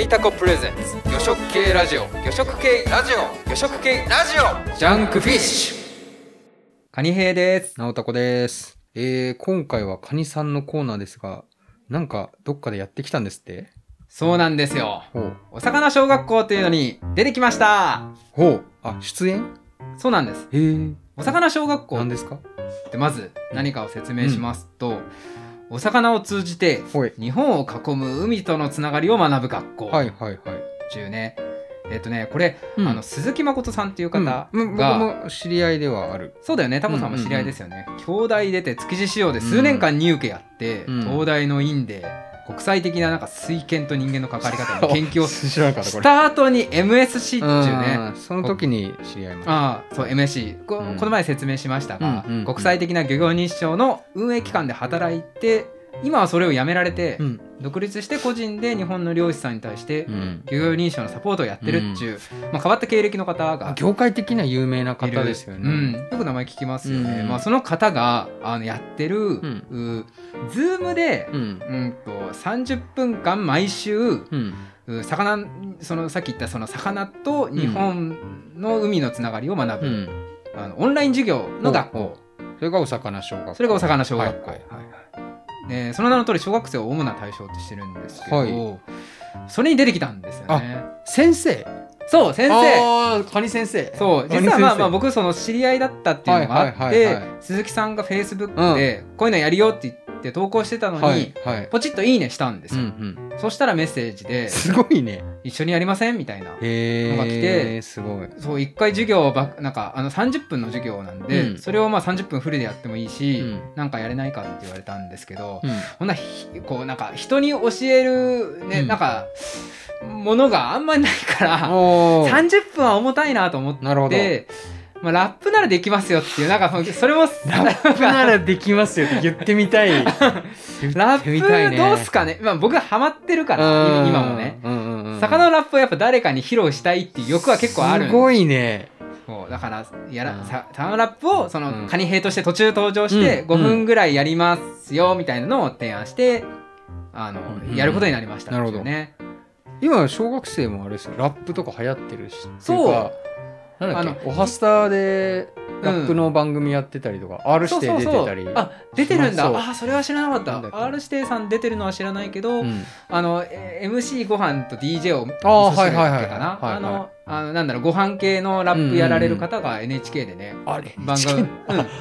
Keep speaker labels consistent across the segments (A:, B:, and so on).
A: いたこプレゼンツ魚食系ラジオ魚食系ラジオ魚食系ラジオジャンクフィッシュカニ兵です直子ですえー、今回はカニさんのコーナーですがなんかどっかでやってきたんですって
B: そうなんですよ。
A: ほう
B: お魚小学校というのに出てきました。
A: ほうあ出演
B: そうなんです。
A: えー、
B: お魚小学校
A: 何
B: っ
A: ですか
B: てまず何かを説明しますと、お魚を通じて
A: ほい
B: 日本を囲む海とのつながりを学ぶ学校
A: はいはいはい、
B: っていうね。えっ、とね、これ、
A: うん
B: あの鈴木誠さんっていう方が、
A: うん、僕も知り合いではある
B: そうだよね、タコさんも知り合いですよね。京大出て築地市場で数年間入受けやって、
A: うん
B: 東大の院で国際的ななんか水権と人間の関わり方の研究を
A: 知らなかったこ
B: し
A: れ
B: た後に MSC っていうね、
A: うんその時に知り合いました
B: ああそう MSC こ,、
A: うん
B: この前説明しましたが、
A: うんうんうん
B: 国際的な漁業日賞の運営機関で働いて今はそれをやめられて、
A: ん
B: 独立して個人で日本の漁師さんに対して
A: うん
B: 漁業認証のサポートをやってるっちゅう、まあ、変わった経歴の方が
A: 業界的には有名な
B: る
A: い方ですよね。
B: うん、よく名前聞きますよね、
A: うん
B: まあ、その方があのやってる、うズームで、
A: うん
B: うん、と30分間毎週
A: うん
B: う魚そのさっき言ったその魚と日本の海のつながりを学ぶ、
A: うん
B: あのオンライン授業の学校
A: それがお魚小学校。
B: それがお魚小学校、
A: はいはい
B: でその名の通り小学生を主な対象としてるんですけど、
A: はい
B: それに出てきたんですよね
A: 先生。
B: そう先生
A: あーカニ先生。
B: そう
A: カニ
B: 実
A: 先
B: は
A: 生
B: まあまあ。僕その知り合いだったっていうのがあって、
A: はいはいはいはい
B: 鈴木さんがフェイスブックでこういうのやるよって言って投稿してたのに、
A: はいはい。
B: ポチッと「いいね」したんです
A: うん
B: よ、
A: うん。
B: そしたらメッセージです
A: ごいね。
B: 「一緒にやりません?」みたいな
A: へ
B: のが来て
A: え。すごい。
B: そう一回授業をばなんかあの30分の授業なんで、
A: うん
B: それをまあ30分フルでやってもいいし、
A: うん
B: なんかやれないかって言われたんですけど、こんなひこうなんか人に教えるね、
A: うん
B: なんかものがあんまりないから
A: おー
B: 30分は重たいなと思っ
A: なるほど。
B: て、まあ、ラップならできますよっていうなんかそのそれもラップ
A: ならできますよって言ってみた
B: ラ
A: い。ラ
B: ップどうすかね、まあ、僕はハマってるから今もね。
A: うんうんうん。
B: 魚のラップをやっぱ誰かに披露したいっていう欲は結構あるんですすよ
A: ごいね。
B: そうだからやら、
A: うん
B: さサウンラップをその、
A: うん
B: カニ兵として途中登場して
A: う
B: 5
A: んうん
B: 分ぐらいやりますよみたいなのを提案してあの、
A: うんうん
B: やることになりました
A: なるほど
B: ね。
A: 今小学生もあれですよラップとか流行ってるし
B: そう
A: っていうかなんだ
B: あ
A: っけオハスターでラップの番組やってたりとか、R
B: そ
A: し
B: う
A: て
B: そう
A: 出
B: そ
A: て
B: う
A: たり
B: あ出てるんだ
A: そう
B: あそれは知らなか
A: なん
B: っ
A: だったけ
B: R 指定さん出てるのは知らないけど、
A: うん
B: あのえー MC ご飯と DJ を
A: あー
B: 味噌汁だっけか
A: はいはいはいはい
B: なあ
A: はいはい
B: のあのなんだろうご飯系のラップやられる方が NHK でね、
A: あれ
B: 番組、うん、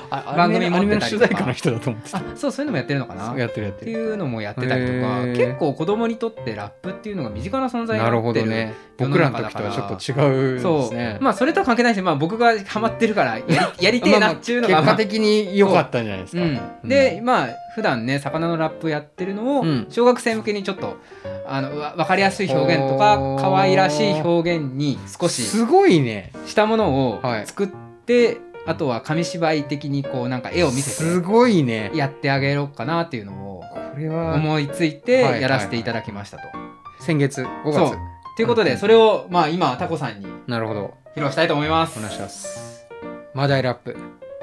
A: あ
B: 番組
A: アニメ
B: 持
A: の
B: ってたりと
A: 主
B: か
A: 題歌の人だと思ってた
B: あそうそういうのもやってるのかな
A: そうやってるやっ
B: ってて
A: る
B: いうのもやってたりとか
A: へー
B: 結構子供にとってラップっていうのが身近な存在に
A: なる
B: な
A: ほ
B: って
A: ど
B: る
A: ね
B: 世
A: 僕
B: の
A: らの
B: 中だ
A: 時
B: か
A: と
B: ら
A: はちょっと違うんで
B: そ
A: す
B: う、
A: ね
B: まあそれとは関係ないし、まあ、僕がハマってるからやりやりてえなっちゅうの
A: ま
B: が、
A: あまあ結果的に良かったんじゃないですか、
B: うん、で、まあ普段ね魚のラップやってるのを
A: うん
B: 小学生向けにちょっとあのわ分かりやすい表現とか
A: おー
B: 可愛らしい表現に少し
A: すごいね
B: したものを
A: はい
B: 作って、あとは紙芝居的にこうなんか絵を見せ
A: すごいね
B: てやってあげようかなっていうのを
A: これは
B: 思いついてやらせていただきましたと。
A: 先月5
B: そ
A: 月
B: うということで、それを、まあ今、タコさんに
A: なるほど
B: 披露したいと思いま
A: お
B: す。
A: 願いしますマダイラップ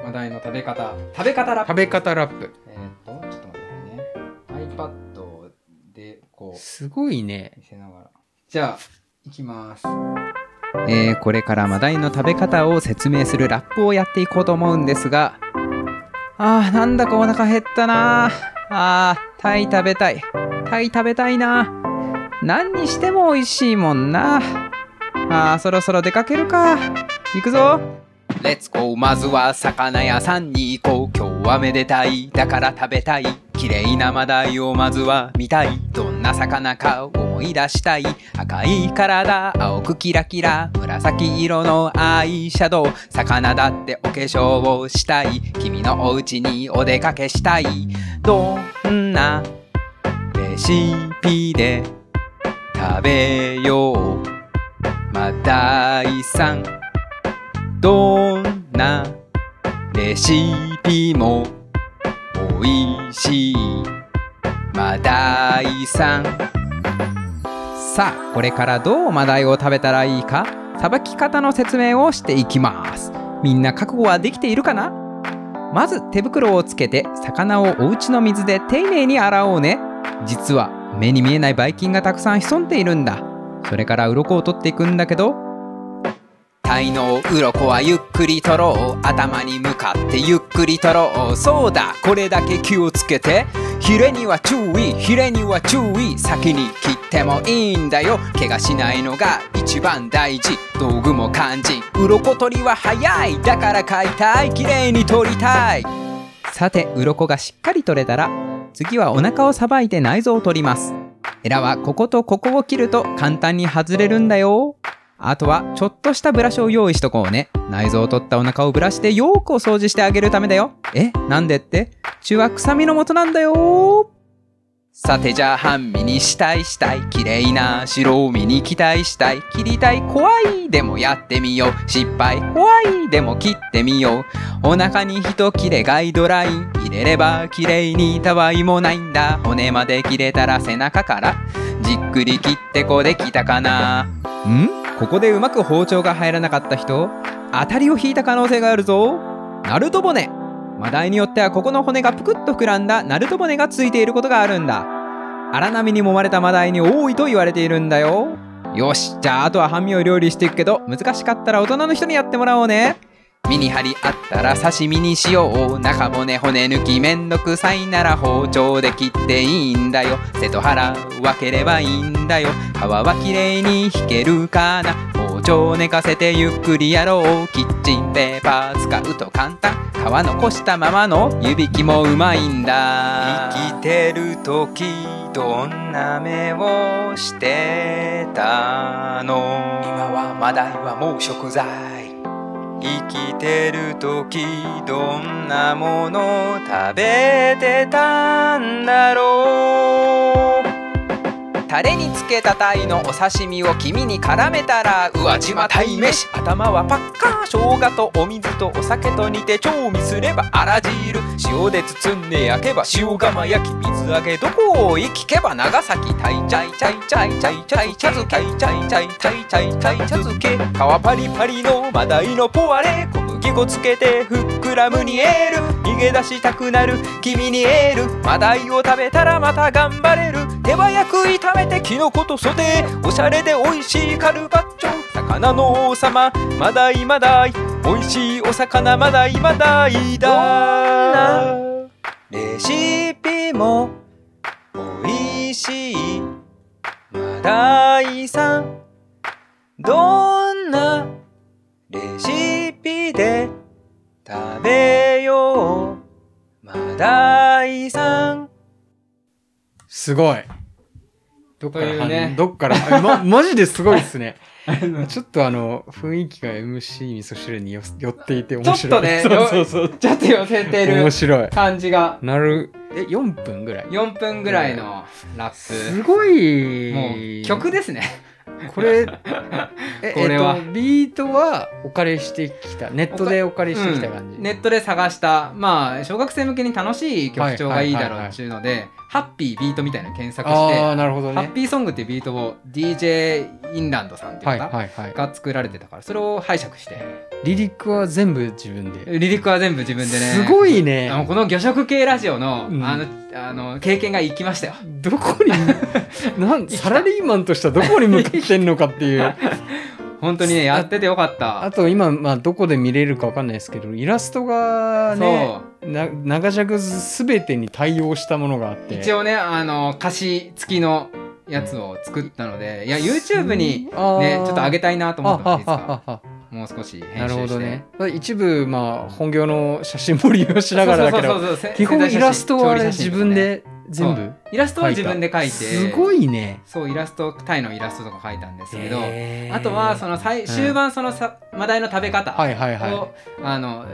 B: 話題の食べ方。食べ方ラップ。
A: 食べ方ラップ
B: えーっと、ちょっと待ってくださいね。iPad で、こ
A: すごいね
B: う、見せながら。じゃあ、いきます。えーこれからマダイの食べ方を説明するラップをやっていこうと思うんですが、あー、なんだかお腹減ったなー。あー、タイ食べたい。タイ食べたいな。何にしても美味しいもんな。あー、そろそろ出かけるか。行くぞ。レッツゴーまずは魚屋さんに行こう今日はめでたいだから食べたい綺麗なマダイをまずは見たいどんな魚か思い出したい赤い体青くキラキラ紫色のアイシャドウ魚だってお化粧をしたい君のお家にお出かけしたいどんなレシピで食べようマダイさんどんなレシピも美味しいマダイさんさあこれからどうマダイを食べたらいいかさばき方の説明をしていきますみんな覚悟はできているかなまず手袋をつけて魚をお家の水で丁寧に洗おうね実は目に見えないばい菌がたくさん潜んでいるんだそれから鱗を取っていくんだけど鯛の鱗はゆっくり取ろう頭に向かってゆっくり取ろうそうだこれだけ気をつけてヒレには注意ヒレには注意先に切ってもいいんだよ怪我しないのが一番大事道具も肝心鱗取りは早いだから買いたい綺麗に取りたいさて鱗がしっかり取れたら次はお腹をさばいて内臓を取りますエラはこことここを切ると簡単に外れるんだよあとはちょっとしたブラシを用意しとこうね内臓を取ったお腹をブラシでよーくお掃除してあげるためだよえなんでって血は臭みのもとなんだよさてじゃあ半身にしたいしたい綺麗な白身に期待したい切りたい怖いでもやってみよう失敗怖いでも切ってみようお腹に一切れガイドライン入れれば綺麗にたわいもないんだ骨まで切れたら背中からじっくり切ってこできたかなんここでうまく包丁が入らなかった人当たりを引いた可能性があるぞナルト骨マダイによってはここの骨がぷくっと膨らんだナルト骨がついていることがあるんだ荒波に揉まれたマダイに多いと言われているんだよよしじゃああとは半身を料理していくけど難しかったら大人の人にやってもらおうね身に張りあったら刺身にしよう中骨骨抜きめんどくさいなら包丁で切っていいんだよ背と腹分ければいいんだよ皮はきれいに引けるかな包丁寝かせてゆっくりやろうキッチンペーパー使うと簡単皮残したままの湯引きもうまいんだ生きてる時どんな目をしてたの今はマダイはもう食材生きてる時どんなもの食べてたんだろうタレにつけた鯛のお刺身を黄身に絡めたら宇和島鯛めし頭はパッカー生姜とお水とお酒と煮て調味すればあら汁塩で包んで焼けば塩釜焼き水揚げどこを行きけば長崎鯛チャイチャイチャイチャイチャイチャ漬けチャイチャイチャイチャイチャイ茶漬け皮パリパリのマダイのポワレ小麦粉つけてふっくらムニエール逃げ出したくなる君にエールマダイを食べたらまた頑張れる手早く炒めてキノコとソテーおしゃれで美味しいカルバッチョ魚の王様マダイマダイ美味しいお魚マダイマダイだレシピも美味しいマダイさんどんなレシピで食べようマダイさん
A: すごい。どっから
C: というね
A: どっから、ま、 マジですごいですね。
C: の
A: ちょっとあの、雰囲気が MC 味噌汁によ寄っていて面
C: ちょ
A: 白い。
C: っとね、
A: そう
C: そうそうちょっと寄せてる
A: 面白い。
C: 感じが、
A: なる、え、4分ぐらい
C: 4分ぐらいのラッ
A: すご
C: プ。
A: い。
C: もう曲ですね。
A: これ、 え
C: これは
A: えっと、ビートはお借りしてきた。ネットでお借りしてきた感じ。
C: うんネットで探した、まあ、小学生向けに楽しい曲調がいいだろうっていうので、ハッピービートみたいなの検索して、
A: ああ、なるほど
C: ハッ
A: ね。
C: ピーソングっていうビートを DJ インランドさんってい
A: は
C: う
A: い
C: 方
A: はいはい。
C: が作られてたから、それを拝借して、
A: リリックは全部自分で。
C: リリックは全部自分でね。
A: すごい
C: あの
A: ね。
C: この魚食系ラジオの,、
A: うん
C: あのあの経験が生きましたよ。
A: どこ に、なんサラリーマンとしてはどこに向かってんのかって いう。
C: 本当にね、やっててよかっ
A: あ
C: た。
A: と今、まあ、どこで見れるかわかんないですけど、イラストがね、
C: そ
A: な長尺すべてに対応したものがあっ
C: う
A: て。
C: 一応ねあの歌詞付きのやつを作ったのでいや YouTube に、
A: あー、
C: ね、ちょっと上げたいなと思ったんです
A: あはは
C: が
A: はは
C: もう少し編
A: なる
C: 集
A: ほ
C: して
A: どね。一部、まあ、本業の写真も利用しながらだ
C: そ
A: け
C: う
A: ど、
C: そうそうそうせ
A: 基
C: 生
A: 本
C: 体写
A: イ
C: 真
A: ラストはあれ
C: 調理写真
A: 自
C: とか
A: 分
C: ね
A: で全部
C: そ
A: 描い
C: イラスト
A: た。
C: は自分で描いて
A: すごいね。
C: そうイラストタイのイラストとか描いたんですけど、
A: へー
C: あとはその最終盤そのさ、マダイの食べ方、
A: はいはい
C: を
A: は
C: あの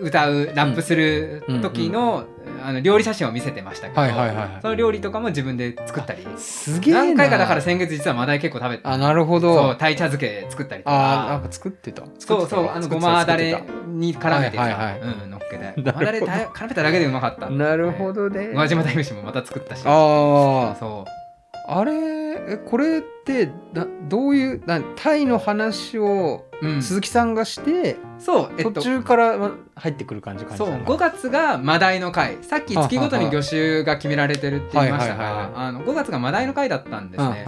C: 歌うラップする時の,、あの料理写真を見せてましたけど、
A: はいはいはいはい
C: その料理とかも自分で作ったり
A: い。すげえな。
C: 何回かだから先月実はマダイ結構食べて
A: あ、なるほ
C: そう
A: ど。
C: 鯛茶漬け作ったりと
A: あー、なん
C: か
A: か作ってた。
C: そうそうあのご
A: 作ってた
C: まだ。
A: 作
C: れ
A: って
C: に絡めてさ、
A: はいはいは
C: うん、乗っ けて
A: ほど
C: ごまだれた絡めただけでうまかった
A: たなるほど
C: 宇和
A: ね。
C: 島鯛めしもまた作ったし
A: あ
C: そう
A: あ、あれえこれってだどういうなタイの話を
B: うん
A: 鈴木さんがして、
B: そう、えっ
A: 途
B: と、
A: 中からま入ってくる感じか
B: そう5月がマダイの回さっき月ごとに魚種が決められてるって言いました
A: はいはいはい
B: があの5月がマダイの回だったんですね。
A: ね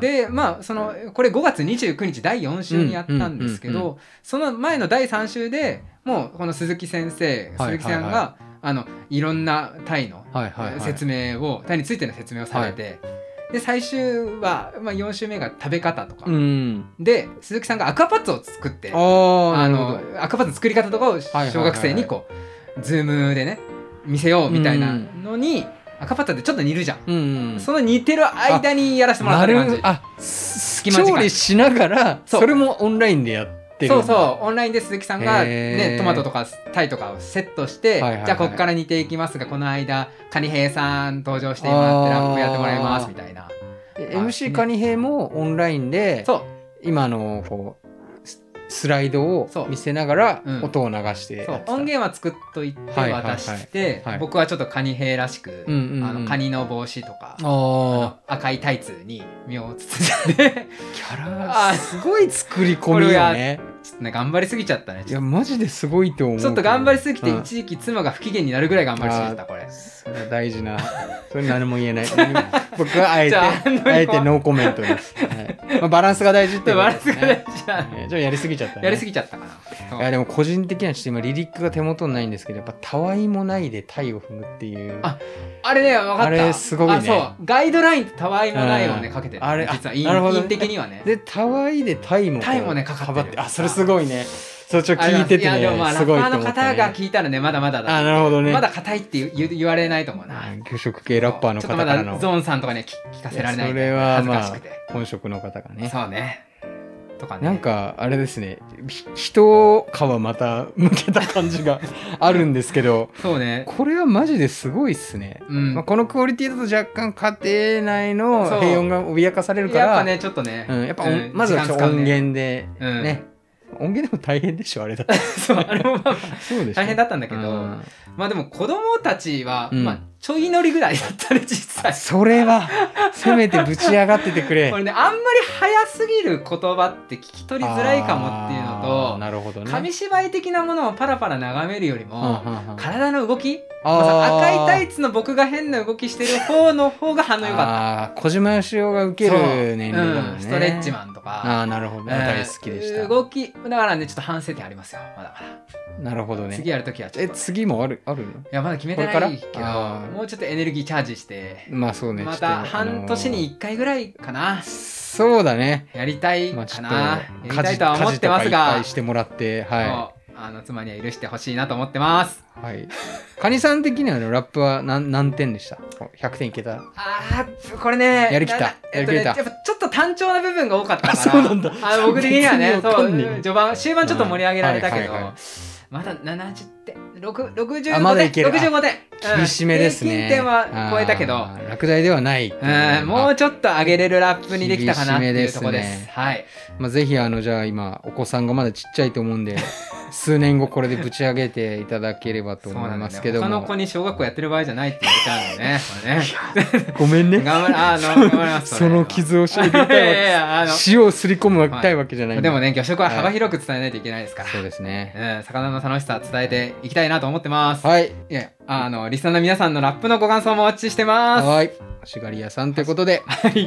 B: でまあそのこれ5月29日第4週にやったんですけど、
A: うんうんう
B: その前の第3週でもうこの鈴木先生
A: はいはいは
B: 鈴
A: い
B: 木さんが、あのいろんなタイの
A: はいはいはい、
B: 説明を、タイについての説明をされて、で最終は、まあ、4週目が食べ方とか、
A: うん
B: で鈴木さんがアクアパッツを作って
A: あー
B: あ
A: なるほ
B: の
A: ど
B: 赤パンツ作り方とかを
A: はいはい
B: 小学生にこうズームでね見せようみたいなのに赤パンツってちょっと似るじゃん、
A: うんうん
B: その似てる間にやらせてもらった
A: な
B: って感じ
A: るあ
B: 間時間
A: 調理しながら
B: そ
A: そうれもオンラインでやってる
B: そうそうオンラインで鈴木さんが、
A: へ
B: ね、
A: ー
B: トマトとかタイとかをセットして、
A: はいはいはい
B: じゃあここから煮ていきますがこの間カニ兵さん登場してもらって
A: あー
B: ラップやってもらいますみたいな
A: う
B: あ
A: MC カニ兵もオンラインで
B: そ
A: 今のこうススライドを
B: そう
A: 見せながら
B: うん
A: 音を流して
B: う
A: やって
B: そ
A: た
B: う音源は作っといて
A: はいはいはい
B: 渡して
A: はい
B: 僕はちょっとカニ兵らしく、
A: うんうんうん
B: あのカニの帽子とか
A: あ
B: 赤いタイツに身を包んで
A: ーキャラすごい作り込
B: こ
A: み
B: れ
A: よ
B: が
A: ね
B: ちょっとね頑張りすぎちゃったね
A: い
B: ちょ
A: や
B: っ
A: マジですごいと思う
B: とちょっと頑張りすぎて
A: うん
B: 一時期妻が不機嫌になるぐらい頑張りすぎちゃったこれ
A: それは大 事なそれ何も言えない何も僕はあ
B: じ
A: えて
B: ゃあ
A: あえてノーコメントです、はいまあ、バランスが大事っていうこ
B: バ
A: と
B: ランス
A: です
B: が大
A: ね
B: 事だ
A: えーじゃあ やりすぎちゃったね
B: やりすぎちゃったかな、
A: いやでも個人的にはちょっと今リリックが手元にないんですけどやっぱたわいもないでタイを踏むっていう
B: ああれね分かった
A: あれすごいね
B: あそうガイドラインとたわいもないをね
A: うん
B: かけてる
A: あれあ
B: 実はイン
A: なるほどね
B: イン的にはね
A: でたわいでタイもこう
B: タイもねかかってる
A: ってあそれすごいねそうちょっと聞いてて
B: ありますいやでもま
A: ね
B: あ
A: す
B: ラッ
A: ごい
B: パー
A: と
B: の
A: 思っ
B: 方
A: た
B: が
A: ね
B: 聞いたらねまだまだだ
A: あなるほどね
B: まだ硬いって言う言われないと思うな
A: あ魚食系ラッパーの
B: ちょ
A: 方
B: っと
A: か
B: ま
A: ら
B: だ
A: の
B: ゾーンさんとかには聞聞かせられないんだよね
A: いやそれはまあ
B: 恥ずかしくて
A: 本職の方がね
B: そうねとかね
A: なんかあれですねひ人かはまた向けた感じが あるんですけど
B: そうね
A: これはマジですごいっすね、
B: うん
A: まあ、このクオリティだと若干家庭内の
B: そう
A: 平穏が脅かされるから
B: やっぱねちょっとね、
A: うん、やっぱ、
B: うん
A: まずは
B: 時間使う
A: 音
B: ね
A: 源で、
B: うん
A: ね音源でも大変でしょあれだ
B: そうあれもまあ
A: そうでしょ
B: 大変だったんだけど、
A: うん
B: まあでも子供たちは、
A: うん
B: まあちょい乗りぐらいだったね実際
A: それはせめてぶち上がっててくれ
B: これねあんまり早すぎる言葉って聞き取りづらいかもっていう
A: あー
B: の
A: なるほど
B: と、
A: ね
B: 紙芝居的なものをパラパラ眺めるより
A: うん
B: も、
A: うんうん
B: 体の動きまあ
A: あ
B: さ
A: ー
B: 赤いタイツの僕が変な動きしてる方の方が反応良かっ
A: あー小島よしおが受
B: た
A: け
B: そう
A: る年齢だもんね、
B: うんストレッチマンとか
A: ああなるほど、ね
B: うん
A: 大好きでした
B: 動きだからねちょっと反省点ありますよまだまだ、
A: なるほどね
B: 次やるときはちょっ
A: え
B: と、ね、
A: 次もあるあるの
B: いやまだ決めてな
A: これから
B: いけど
A: あー
B: もうちょっとエネルギーチャージして
A: まあそうね
B: ま
A: ちょっと
B: た半年に1回ぐらいかな
A: あのーそうだね
B: やりたい
A: まあ
B: か
A: ちょ
B: な、
A: っと
B: やりた
A: 家事
B: いとは思ってますが
A: 家事とかいっぱいしてもらってはい
B: そうあの妻には許してほしいなと思ってます
A: はい。カニさん的にはのラップは何何点でした ?100 点いけた
B: あーこれね
A: やりきった
B: なえっと
A: や
B: ね、
A: り
B: や
A: き
B: っ
A: った
B: ぱちょっと単調な部分が多かったから
A: あそうなんだ
B: あの僕的にはね
A: 全然
B: そ
A: わか
B: うん
A: ねえ
B: 序盤終盤ちょっと盛り上げられたけど、
A: うんはいはいはい
B: まだ70点6 65点
A: あまだいけるあ
B: 65点
A: 厳しめですね。
B: うん平均点は超えたけど
A: あー落第ではない。
B: うんもう
A: あ
B: ちょっと上げれるラップにできたかなっていうとこ
A: 厳しめ
B: で
A: です
B: す
A: ね
B: はい
A: まあ、ぜひあのじゃあ今お子さんがまだちっちゃいと思うんで数年後これでぶち上げていただければと
B: そう
A: 思
B: ないん
A: ま
B: です
A: す
B: け
A: けど
B: 他の
A: も
B: 子。に小学校やってる場合じゃないって言っちゃうのね こ
A: ごめん
B: れね
A: ね。
B: 頑張る あの頑張ります
A: その
B: 傷
A: 傷をしょいたいわ
B: いやい
A: け
B: やあ の
A: 塩をすり込むたいわけじゃないん
B: でもね魚食は幅広く伝えないといけないですから、
A: そうですね。
B: うん、魚の楽しさ伝えていきたいなと思ってます、
A: はい。
B: いやあのリスナーの皆さんのラップのご感想もお待ちしてます
A: はい。しがり屋さんということで、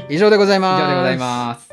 A: 以上でござい
B: 以
A: ます。
B: 上でございます